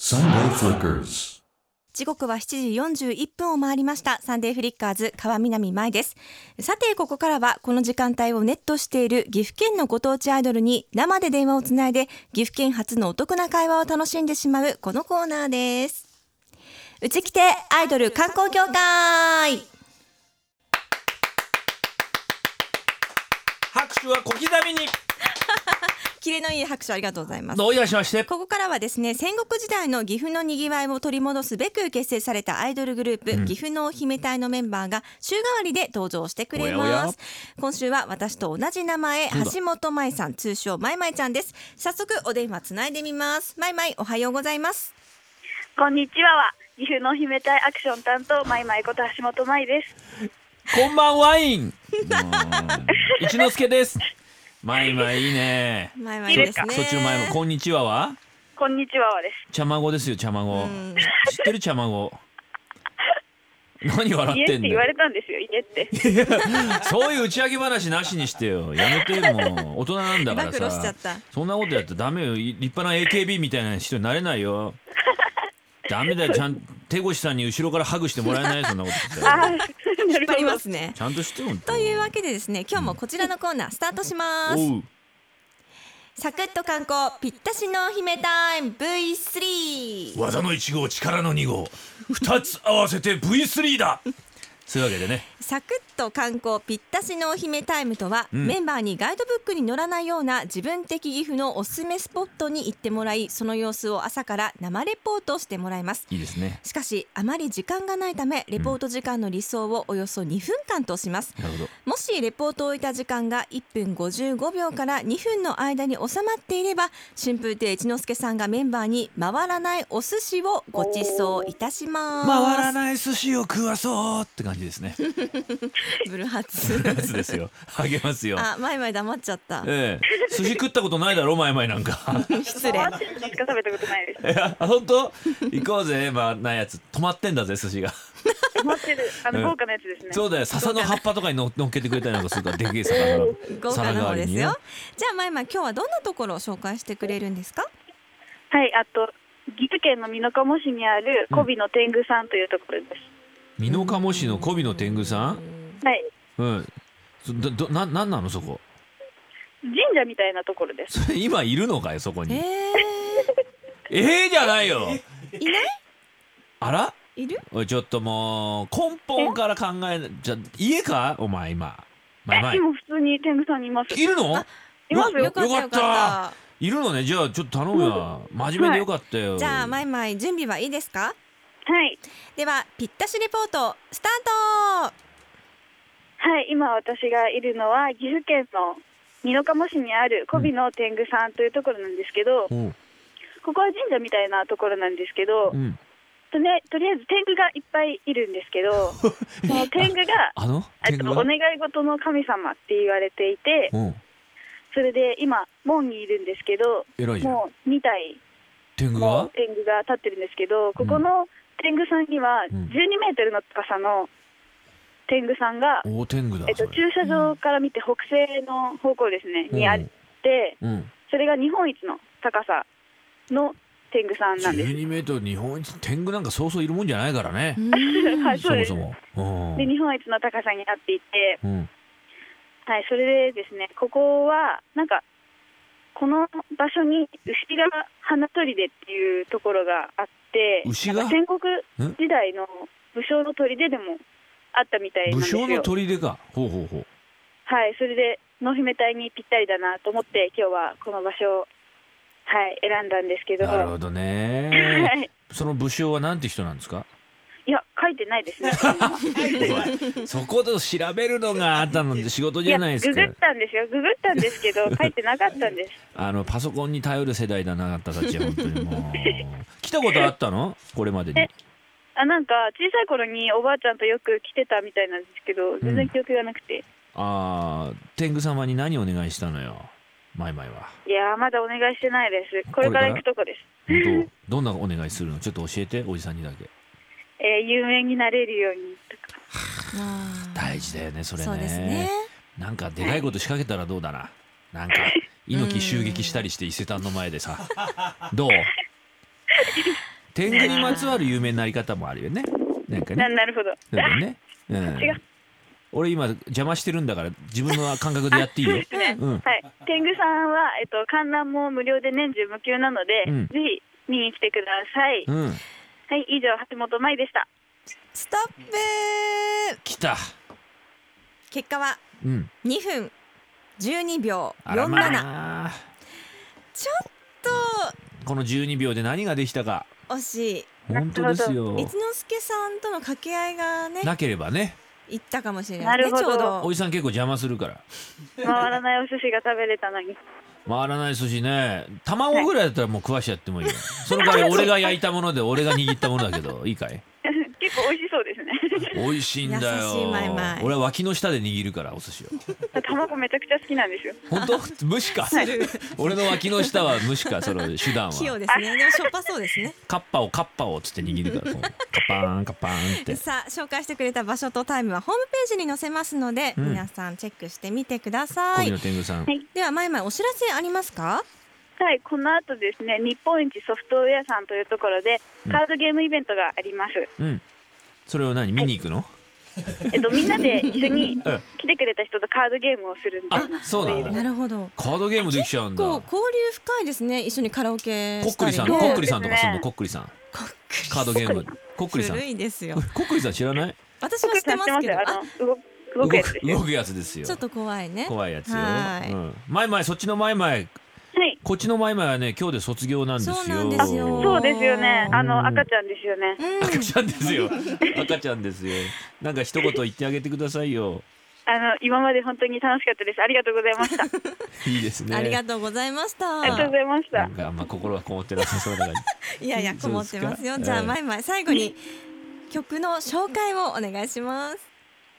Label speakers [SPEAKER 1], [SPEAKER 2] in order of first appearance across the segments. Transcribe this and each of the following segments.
[SPEAKER 1] Sunday Flickers.
[SPEAKER 2] 時刻は7時41分を回りましたサンデーフリッカーズ川南舞ですさてここからはこの時間帯をネットしている岐阜県のご当地アイドルに生で電話をつないで岐阜県初のお得な会話を楽しんでしまうこのコーナーですうち来てアイドル観光協会
[SPEAKER 3] 拍手は小刻みに
[SPEAKER 2] キレのいい拍手ありがとうございます
[SPEAKER 3] どういたしまして
[SPEAKER 2] ここからはですね戦国時代の岐阜のにぎわいを取り戻すべく結成されたアイドルグループ、岐阜の姫隊のメンバーが週替わりで登場してくれます
[SPEAKER 3] おやおや
[SPEAKER 2] 今週は私と同じ名前
[SPEAKER 3] そうだ
[SPEAKER 2] 橋本舞さん通称まいまいちゃんです早速お電話つないでみますまいまいおはようございます
[SPEAKER 4] こんにちはは岐阜の姫隊アクション担当まいまいこと橋本舞です。
[SPEAKER 3] こんばんワイン一之輔ですまいまいいいね
[SPEAKER 2] まいまいですね
[SPEAKER 3] そっちの前もこんにちはは
[SPEAKER 4] こんにちははです。
[SPEAKER 3] 茶まごですよ茶まご
[SPEAKER 2] うん
[SPEAKER 3] 知ってる茶まご何笑
[SPEAKER 4] 家
[SPEAKER 3] っ
[SPEAKER 4] ってて
[SPEAKER 3] ん
[SPEAKER 4] 言わ
[SPEAKER 3] だよ
[SPEAKER 4] れたんですよ。家 って。
[SPEAKER 3] そういう打ち上げ話なしにしてよやめてもう大人なんだから
[SPEAKER 2] 暴露しちゃっ
[SPEAKER 3] さ
[SPEAKER 2] た
[SPEAKER 3] そんなことやったらダメよい立派な AKB みたいな人になれないよダメだよちゃん手越さんに後ろからハグしてもらえないよそんなこと言ってた
[SPEAKER 4] あ
[SPEAKER 3] ら
[SPEAKER 4] あ、な
[SPEAKER 2] 引っ
[SPEAKER 4] る
[SPEAKER 2] 張り
[SPEAKER 4] ほ
[SPEAKER 2] ま
[SPEAKER 4] ど。
[SPEAKER 2] すね
[SPEAKER 3] ちゃんとしてよほんと
[SPEAKER 2] というわけでですね今日もこちらのコーナースタートします
[SPEAKER 3] おう
[SPEAKER 2] サクッと観光ぴったしの姫タイム V3
[SPEAKER 3] 技の1号力の2号2つ合わせて V3 だそういうわけでね
[SPEAKER 2] サクッと観光ぴったしのお姫タイムとは、
[SPEAKER 3] うん
[SPEAKER 2] メンバーにガイドブックに載らないような自分的岐阜のおすすめスポットに行ってもらいその様子を朝から生レポートしてもらいます
[SPEAKER 3] いいですね
[SPEAKER 2] しかしあまり時間がないためレポート時間の理想をおよそ2分間とします
[SPEAKER 3] なるほど
[SPEAKER 2] もしレポートを置いた時間が1分55秒から2分の間に収まっていれば春風亭一之輔さんがメンバーに回らないお寿司をご馳走いたします
[SPEAKER 3] 回らない寿司を食わそうって感じですね
[SPEAKER 2] ブルーハーツ
[SPEAKER 3] や つですよ励ますよ
[SPEAKER 2] あ、前々黙っちゃった。
[SPEAKER 3] ええ、寿司食ったことないだろ前々なんか
[SPEAKER 2] 失礼。
[SPEAKER 4] 回ってしか食べたことないです
[SPEAKER 3] い。や本当行こうぜまあないやつ止まってんだぜ寿司が
[SPEAKER 4] 待ってる。あ
[SPEAKER 3] うん
[SPEAKER 4] の豪華なやつですね。
[SPEAKER 3] そうだよ笹の葉っぱとかにの乗っけてくれたりなんかするからでけえ魚の
[SPEAKER 2] 豪華
[SPEAKER 3] 皿
[SPEAKER 2] な
[SPEAKER 3] 代
[SPEAKER 2] 方
[SPEAKER 3] わり
[SPEAKER 2] です
[SPEAKER 3] にね
[SPEAKER 2] よ。じゃあ、前々、今日はどんなところを紹介してくれるんですか。
[SPEAKER 4] はい。あと岐阜県の美濃加茂市にある小尾の天狗さんというところで
[SPEAKER 3] 美濃加茂市の媚びの天狗さん
[SPEAKER 4] す。はい。
[SPEAKER 3] うんそどどななんなのそこ
[SPEAKER 4] 神社みたいなところです。
[SPEAKER 3] それ今いるのかよそこ
[SPEAKER 2] え
[SPEAKER 3] に
[SPEAKER 2] え
[SPEAKER 3] ええじゃないよ
[SPEAKER 2] ー、いない。
[SPEAKER 3] あら
[SPEAKER 2] いる。
[SPEAKER 3] おいちょっともう根本から考えなじゃ家かお前今前前
[SPEAKER 4] 今普通に天狗さんにいます。
[SPEAKER 3] いるの
[SPEAKER 4] いますよ
[SPEAKER 3] よかったよかっいるのねじゃあちょっと頼むわ真面目でよかったよ、
[SPEAKER 2] じゃあ、前々、準備はいいですか。
[SPEAKER 4] はい。
[SPEAKER 2] では、ぴったしレポート、スタート。
[SPEAKER 4] はい、今私がいるのは岐阜県の美濃加茂市にある小尾の天狗さんというところなんですけど、
[SPEAKER 3] おう
[SPEAKER 4] ここは神社みたいなところなんですけど、
[SPEAKER 3] うん
[SPEAKER 4] とねとりあえず天狗がいっぱいいるんですけ どその天狗が
[SPEAKER 3] あの
[SPEAKER 4] えっとお
[SPEAKER 3] が
[SPEAKER 4] 願い事の神様って言われていて
[SPEAKER 3] うん
[SPEAKER 4] それで今門にいるんですけど
[SPEAKER 3] 偉いじゃん
[SPEAKER 4] もう2体
[SPEAKER 3] 天狗
[SPEAKER 4] の
[SPEAKER 3] が
[SPEAKER 4] 天狗が立ってるんですけどここの天狗さんには
[SPEAKER 3] う
[SPEAKER 4] 12
[SPEAKER 3] ん
[SPEAKER 4] メートルの高さの天狗さんが、
[SPEAKER 3] おお天狗だ
[SPEAKER 4] えっと、
[SPEAKER 3] それ
[SPEAKER 4] 駐車場から見て北西の方向ですね、
[SPEAKER 3] うん
[SPEAKER 4] にあって
[SPEAKER 3] うん
[SPEAKER 4] それが日本一の高さの天狗さんなんです。
[SPEAKER 3] 12メートル日本一天狗なんかそうそういるもんじゃないからね
[SPEAKER 2] う、
[SPEAKER 4] は
[SPEAKER 2] ん
[SPEAKER 4] い、
[SPEAKER 3] そ
[SPEAKER 4] そうで
[SPEAKER 3] も
[SPEAKER 4] す
[SPEAKER 3] そもうん
[SPEAKER 4] で日本一の高さになっていて、
[SPEAKER 3] うん
[SPEAKER 4] はい、それでですねここはなんかこの場所に牛が花砦っていうところがあって
[SPEAKER 3] 牛
[SPEAKER 4] な
[SPEAKER 3] が
[SPEAKER 4] んか戦国時代の武将の砦でもあったみたいな
[SPEAKER 3] 武
[SPEAKER 4] んですよ
[SPEAKER 3] 将の砦かほうほうほう
[SPEAKER 4] はいそれで濃姫隊にぴったりだなと思って今日はこの場所を、はい、選んだんですけど
[SPEAKER 3] なるほどね
[SPEAKER 4] はい、
[SPEAKER 3] その武将はなんて人なんですか
[SPEAKER 4] いや書いてな いですねそんなの
[SPEAKER 3] そこで調べるのがあったので仕事
[SPEAKER 4] い
[SPEAKER 3] じ
[SPEAKER 4] や
[SPEAKER 3] ゃないです
[SPEAKER 4] グ
[SPEAKER 3] か
[SPEAKER 4] グったんですよググったんですけど書いてなかったんです
[SPEAKER 3] あのパソコンに頼る世代だなあったたちは本当に もう来たことあったのこれまでに
[SPEAKER 4] えあなんか小さい頃におばあちゃんとよく来てたみたいなんですけど全然記憶がなくて、
[SPEAKER 3] ああ天狗様に何お願いしたの よ前々は。
[SPEAKER 4] いやーまだお願いしてないですこれから行くとこです
[SPEAKER 3] 本当どんなお願いするのちょっと教えておじさんにだけ
[SPEAKER 4] えー有名になれるようにとか
[SPEAKER 2] あ
[SPEAKER 3] 大事だよねそ
[SPEAKER 2] ー
[SPEAKER 3] れ
[SPEAKER 2] そ
[SPEAKER 3] ね
[SPEAKER 2] うですね。
[SPEAKER 3] なんかでかいこと仕掛けたらどうだななんか 猪木襲撃したりして伊勢丹の前でさどう天狗にまつわる有名になり方もあるよねなんか
[SPEAKER 4] な
[SPEAKER 3] ね
[SPEAKER 4] なるほど。
[SPEAKER 3] だからね、うん
[SPEAKER 4] 違う
[SPEAKER 3] 俺今邪魔してるんだから自分の感覚でやってい いよ、うん、
[SPEAKER 4] はい、天狗さんは、えっと、観覧も無料で年中無休なので、
[SPEAKER 3] うん
[SPEAKER 4] ぜひ見に来てください。
[SPEAKER 3] うん、
[SPEAKER 4] はい、以上、橋本舞でした。
[SPEAKER 2] ストップ
[SPEAKER 3] 来た
[SPEAKER 2] 結果は
[SPEAKER 3] うん
[SPEAKER 2] 2分12秒
[SPEAKER 3] あら
[SPEAKER 2] 47、
[SPEAKER 3] まあ
[SPEAKER 2] ちょっと
[SPEAKER 3] この12秒で何ができたか
[SPEAKER 2] 惜しい
[SPEAKER 3] 本当ですよ
[SPEAKER 2] 一之輔さんとの掛け合いがね
[SPEAKER 3] なければね
[SPEAKER 2] いったかもしれないですね
[SPEAKER 4] なる
[SPEAKER 2] ちょ
[SPEAKER 4] ほど
[SPEAKER 2] う
[SPEAKER 3] お
[SPEAKER 2] ど
[SPEAKER 3] じさん結構邪魔するから
[SPEAKER 4] 回らないお寿司が食べれたのに。
[SPEAKER 3] 回らない寿司ね卵ぐらいだったらもう食わしちゃってもいいよその 代わり俺が焼いたもので俺が握ったものだけどいいかい
[SPEAKER 4] 結構美味しそうですね。
[SPEAKER 3] 美味しいんだよ
[SPEAKER 2] 優しいマイマイ
[SPEAKER 3] 俺は脇の下で握るからお寿司を
[SPEAKER 4] 卵めちゃくちゃ好きなんですよ。
[SPEAKER 3] 本当無視か俺の脇の下は無視かその手段
[SPEAKER 2] 器用
[SPEAKER 3] は
[SPEAKER 2] ですねでもしょっぱそう ですね
[SPEAKER 3] カッパをカッパをつって握るからこうカッパーンカッパーンって
[SPEAKER 2] さあ紹介してくれた場所とタイムはホームページに載せますので、
[SPEAKER 3] うん
[SPEAKER 2] 皆さんチェックしてみてくださ
[SPEAKER 3] 小
[SPEAKER 2] い
[SPEAKER 3] の天狗さん
[SPEAKER 4] はい
[SPEAKER 2] では前々お知らせありますか
[SPEAKER 4] はい、この後ですね、日本一ソフトウェアさんというところで、カードゲームイベントがあります。
[SPEAKER 3] うんそれを何見に行くの
[SPEAKER 4] えっと、みん なで一緒に
[SPEAKER 3] うん
[SPEAKER 4] 来てくれた人とカードゲームをするんで
[SPEAKER 3] あ、そうなんだ
[SPEAKER 2] なるほど
[SPEAKER 3] カードゲームできちゃうんだ
[SPEAKER 2] こう
[SPEAKER 3] こ
[SPEAKER 2] 交流深いですね一緒にカラオケ
[SPEAKER 3] っ
[SPEAKER 2] し
[SPEAKER 3] く
[SPEAKER 2] た
[SPEAKER 3] り
[SPEAKER 2] り
[SPEAKER 3] さん
[SPEAKER 2] ね
[SPEAKER 3] こっくりさんとかすん
[SPEAKER 4] そ
[SPEAKER 3] の
[SPEAKER 4] うですね
[SPEAKER 3] こっくりさんカードゲームこっくりさん
[SPEAKER 2] 古いですよ
[SPEAKER 3] こっくりさん知らない
[SPEAKER 2] 私は知って ますけど
[SPEAKER 4] あ
[SPEAKER 2] あ
[SPEAKER 4] の動く動くやつですよ。
[SPEAKER 3] 動くやつですよ
[SPEAKER 2] ちょっと怖いね
[SPEAKER 3] 怖いやつよ
[SPEAKER 2] はい
[SPEAKER 3] うん前々そっちの前々
[SPEAKER 4] はい、
[SPEAKER 3] こっちの前々はね今日で卒業なんですよ
[SPEAKER 2] そうなんですよ
[SPEAKER 4] そうですよね。あ
[SPEAKER 3] うん
[SPEAKER 4] の赤ちゃんですよね。
[SPEAKER 2] うん
[SPEAKER 3] 赤ちゃんですよ赤ちゃんですよなんか一言言ってあげてくださいよ
[SPEAKER 4] あの今まで本当に楽しかったです。ありがとうござい ました。あ
[SPEAKER 3] いいですね
[SPEAKER 2] ありがとうございまし
[SPEAKER 4] りがとう
[SPEAKER 2] た
[SPEAKER 4] ご。ざいまし
[SPEAKER 3] な
[SPEAKER 4] た
[SPEAKER 3] ん。かあんま心はこもってなさそうだから
[SPEAKER 2] いやいや、こもってますよ。
[SPEAKER 3] そうですか
[SPEAKER 2] じゃあ、
[SPEAKER 3] ええ
[SPEAKER 2] まいまい、最後に曲の紹介をお願いします。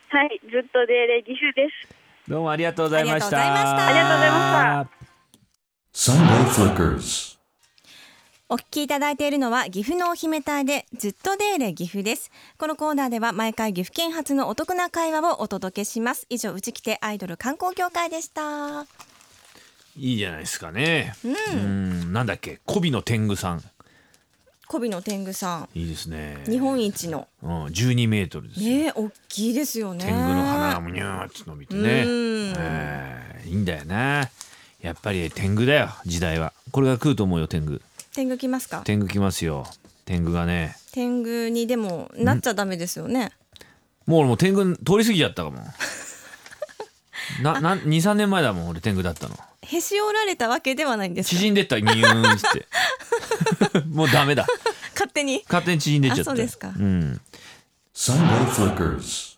[SPEAKER 4] はい、ずっとデーレギフです。
[SPEAKER 3] どうもありがとうございました
[SPEAKER 2] あ
[SPEAKER 4] りがとうございましたありがとうございました
[SPEAKER 1] Sunday Flickers.
[SPEAKER 2] お聞きいただいているのは岐阜のお姫隊でずっとデーレ岐阜です。このコーナーでは毎回岐阜県発のお得な会話をお届けします。以上、うちきてアイドル観光協会でした。
[SPEAKER 3] いいじゃないですかね。う、
[SPEAKER 2] うん
[SPEAKER 3] なんだっけ、コビの天狗さん。
[SPEAKER 2] こびの天狗さん、
[SPEAKER 3] いいですね。
[SPEAKER 2] 日本一の。
[SPEAKER 3] うん、十二メートルですよ。
[SPEAKER 2] ねえ、大きいですよね。
[SPEAKER 3] 天狗の花がむにゅーって伸びてね。
[SPEAKER 2] うん
[SPEAKER 3] えーいいんだよな。やっぱり天狗だよ、時代は。これが食うと思うよ、天狗。
[SPEAKER 2] 天狗来ますか
[SPEAKER 3] 天狗来ますよ。天狗がね。
[SPEAKER 2] 天狗にでもなっちゃダメですよね。
[SPEAKER 3] もう俺もう天狗通り過ぎちゃったかも。な、な、 二三年前だもん、俺天狗だったの。
[SPEAKER 2] へし折られたわけではないんですか
[SPEAKER 3] 縮んでった、みゆーんっ つって。もうダメだ。
[SPEAKER 2] 勝手に。
[SPEAKER 3] 勝手に縮んでっちゃって。
[SPEAKER 2] あそうですか
[SPEAKER 3] ん。
[SPEAKER 1] Sunday Flickers.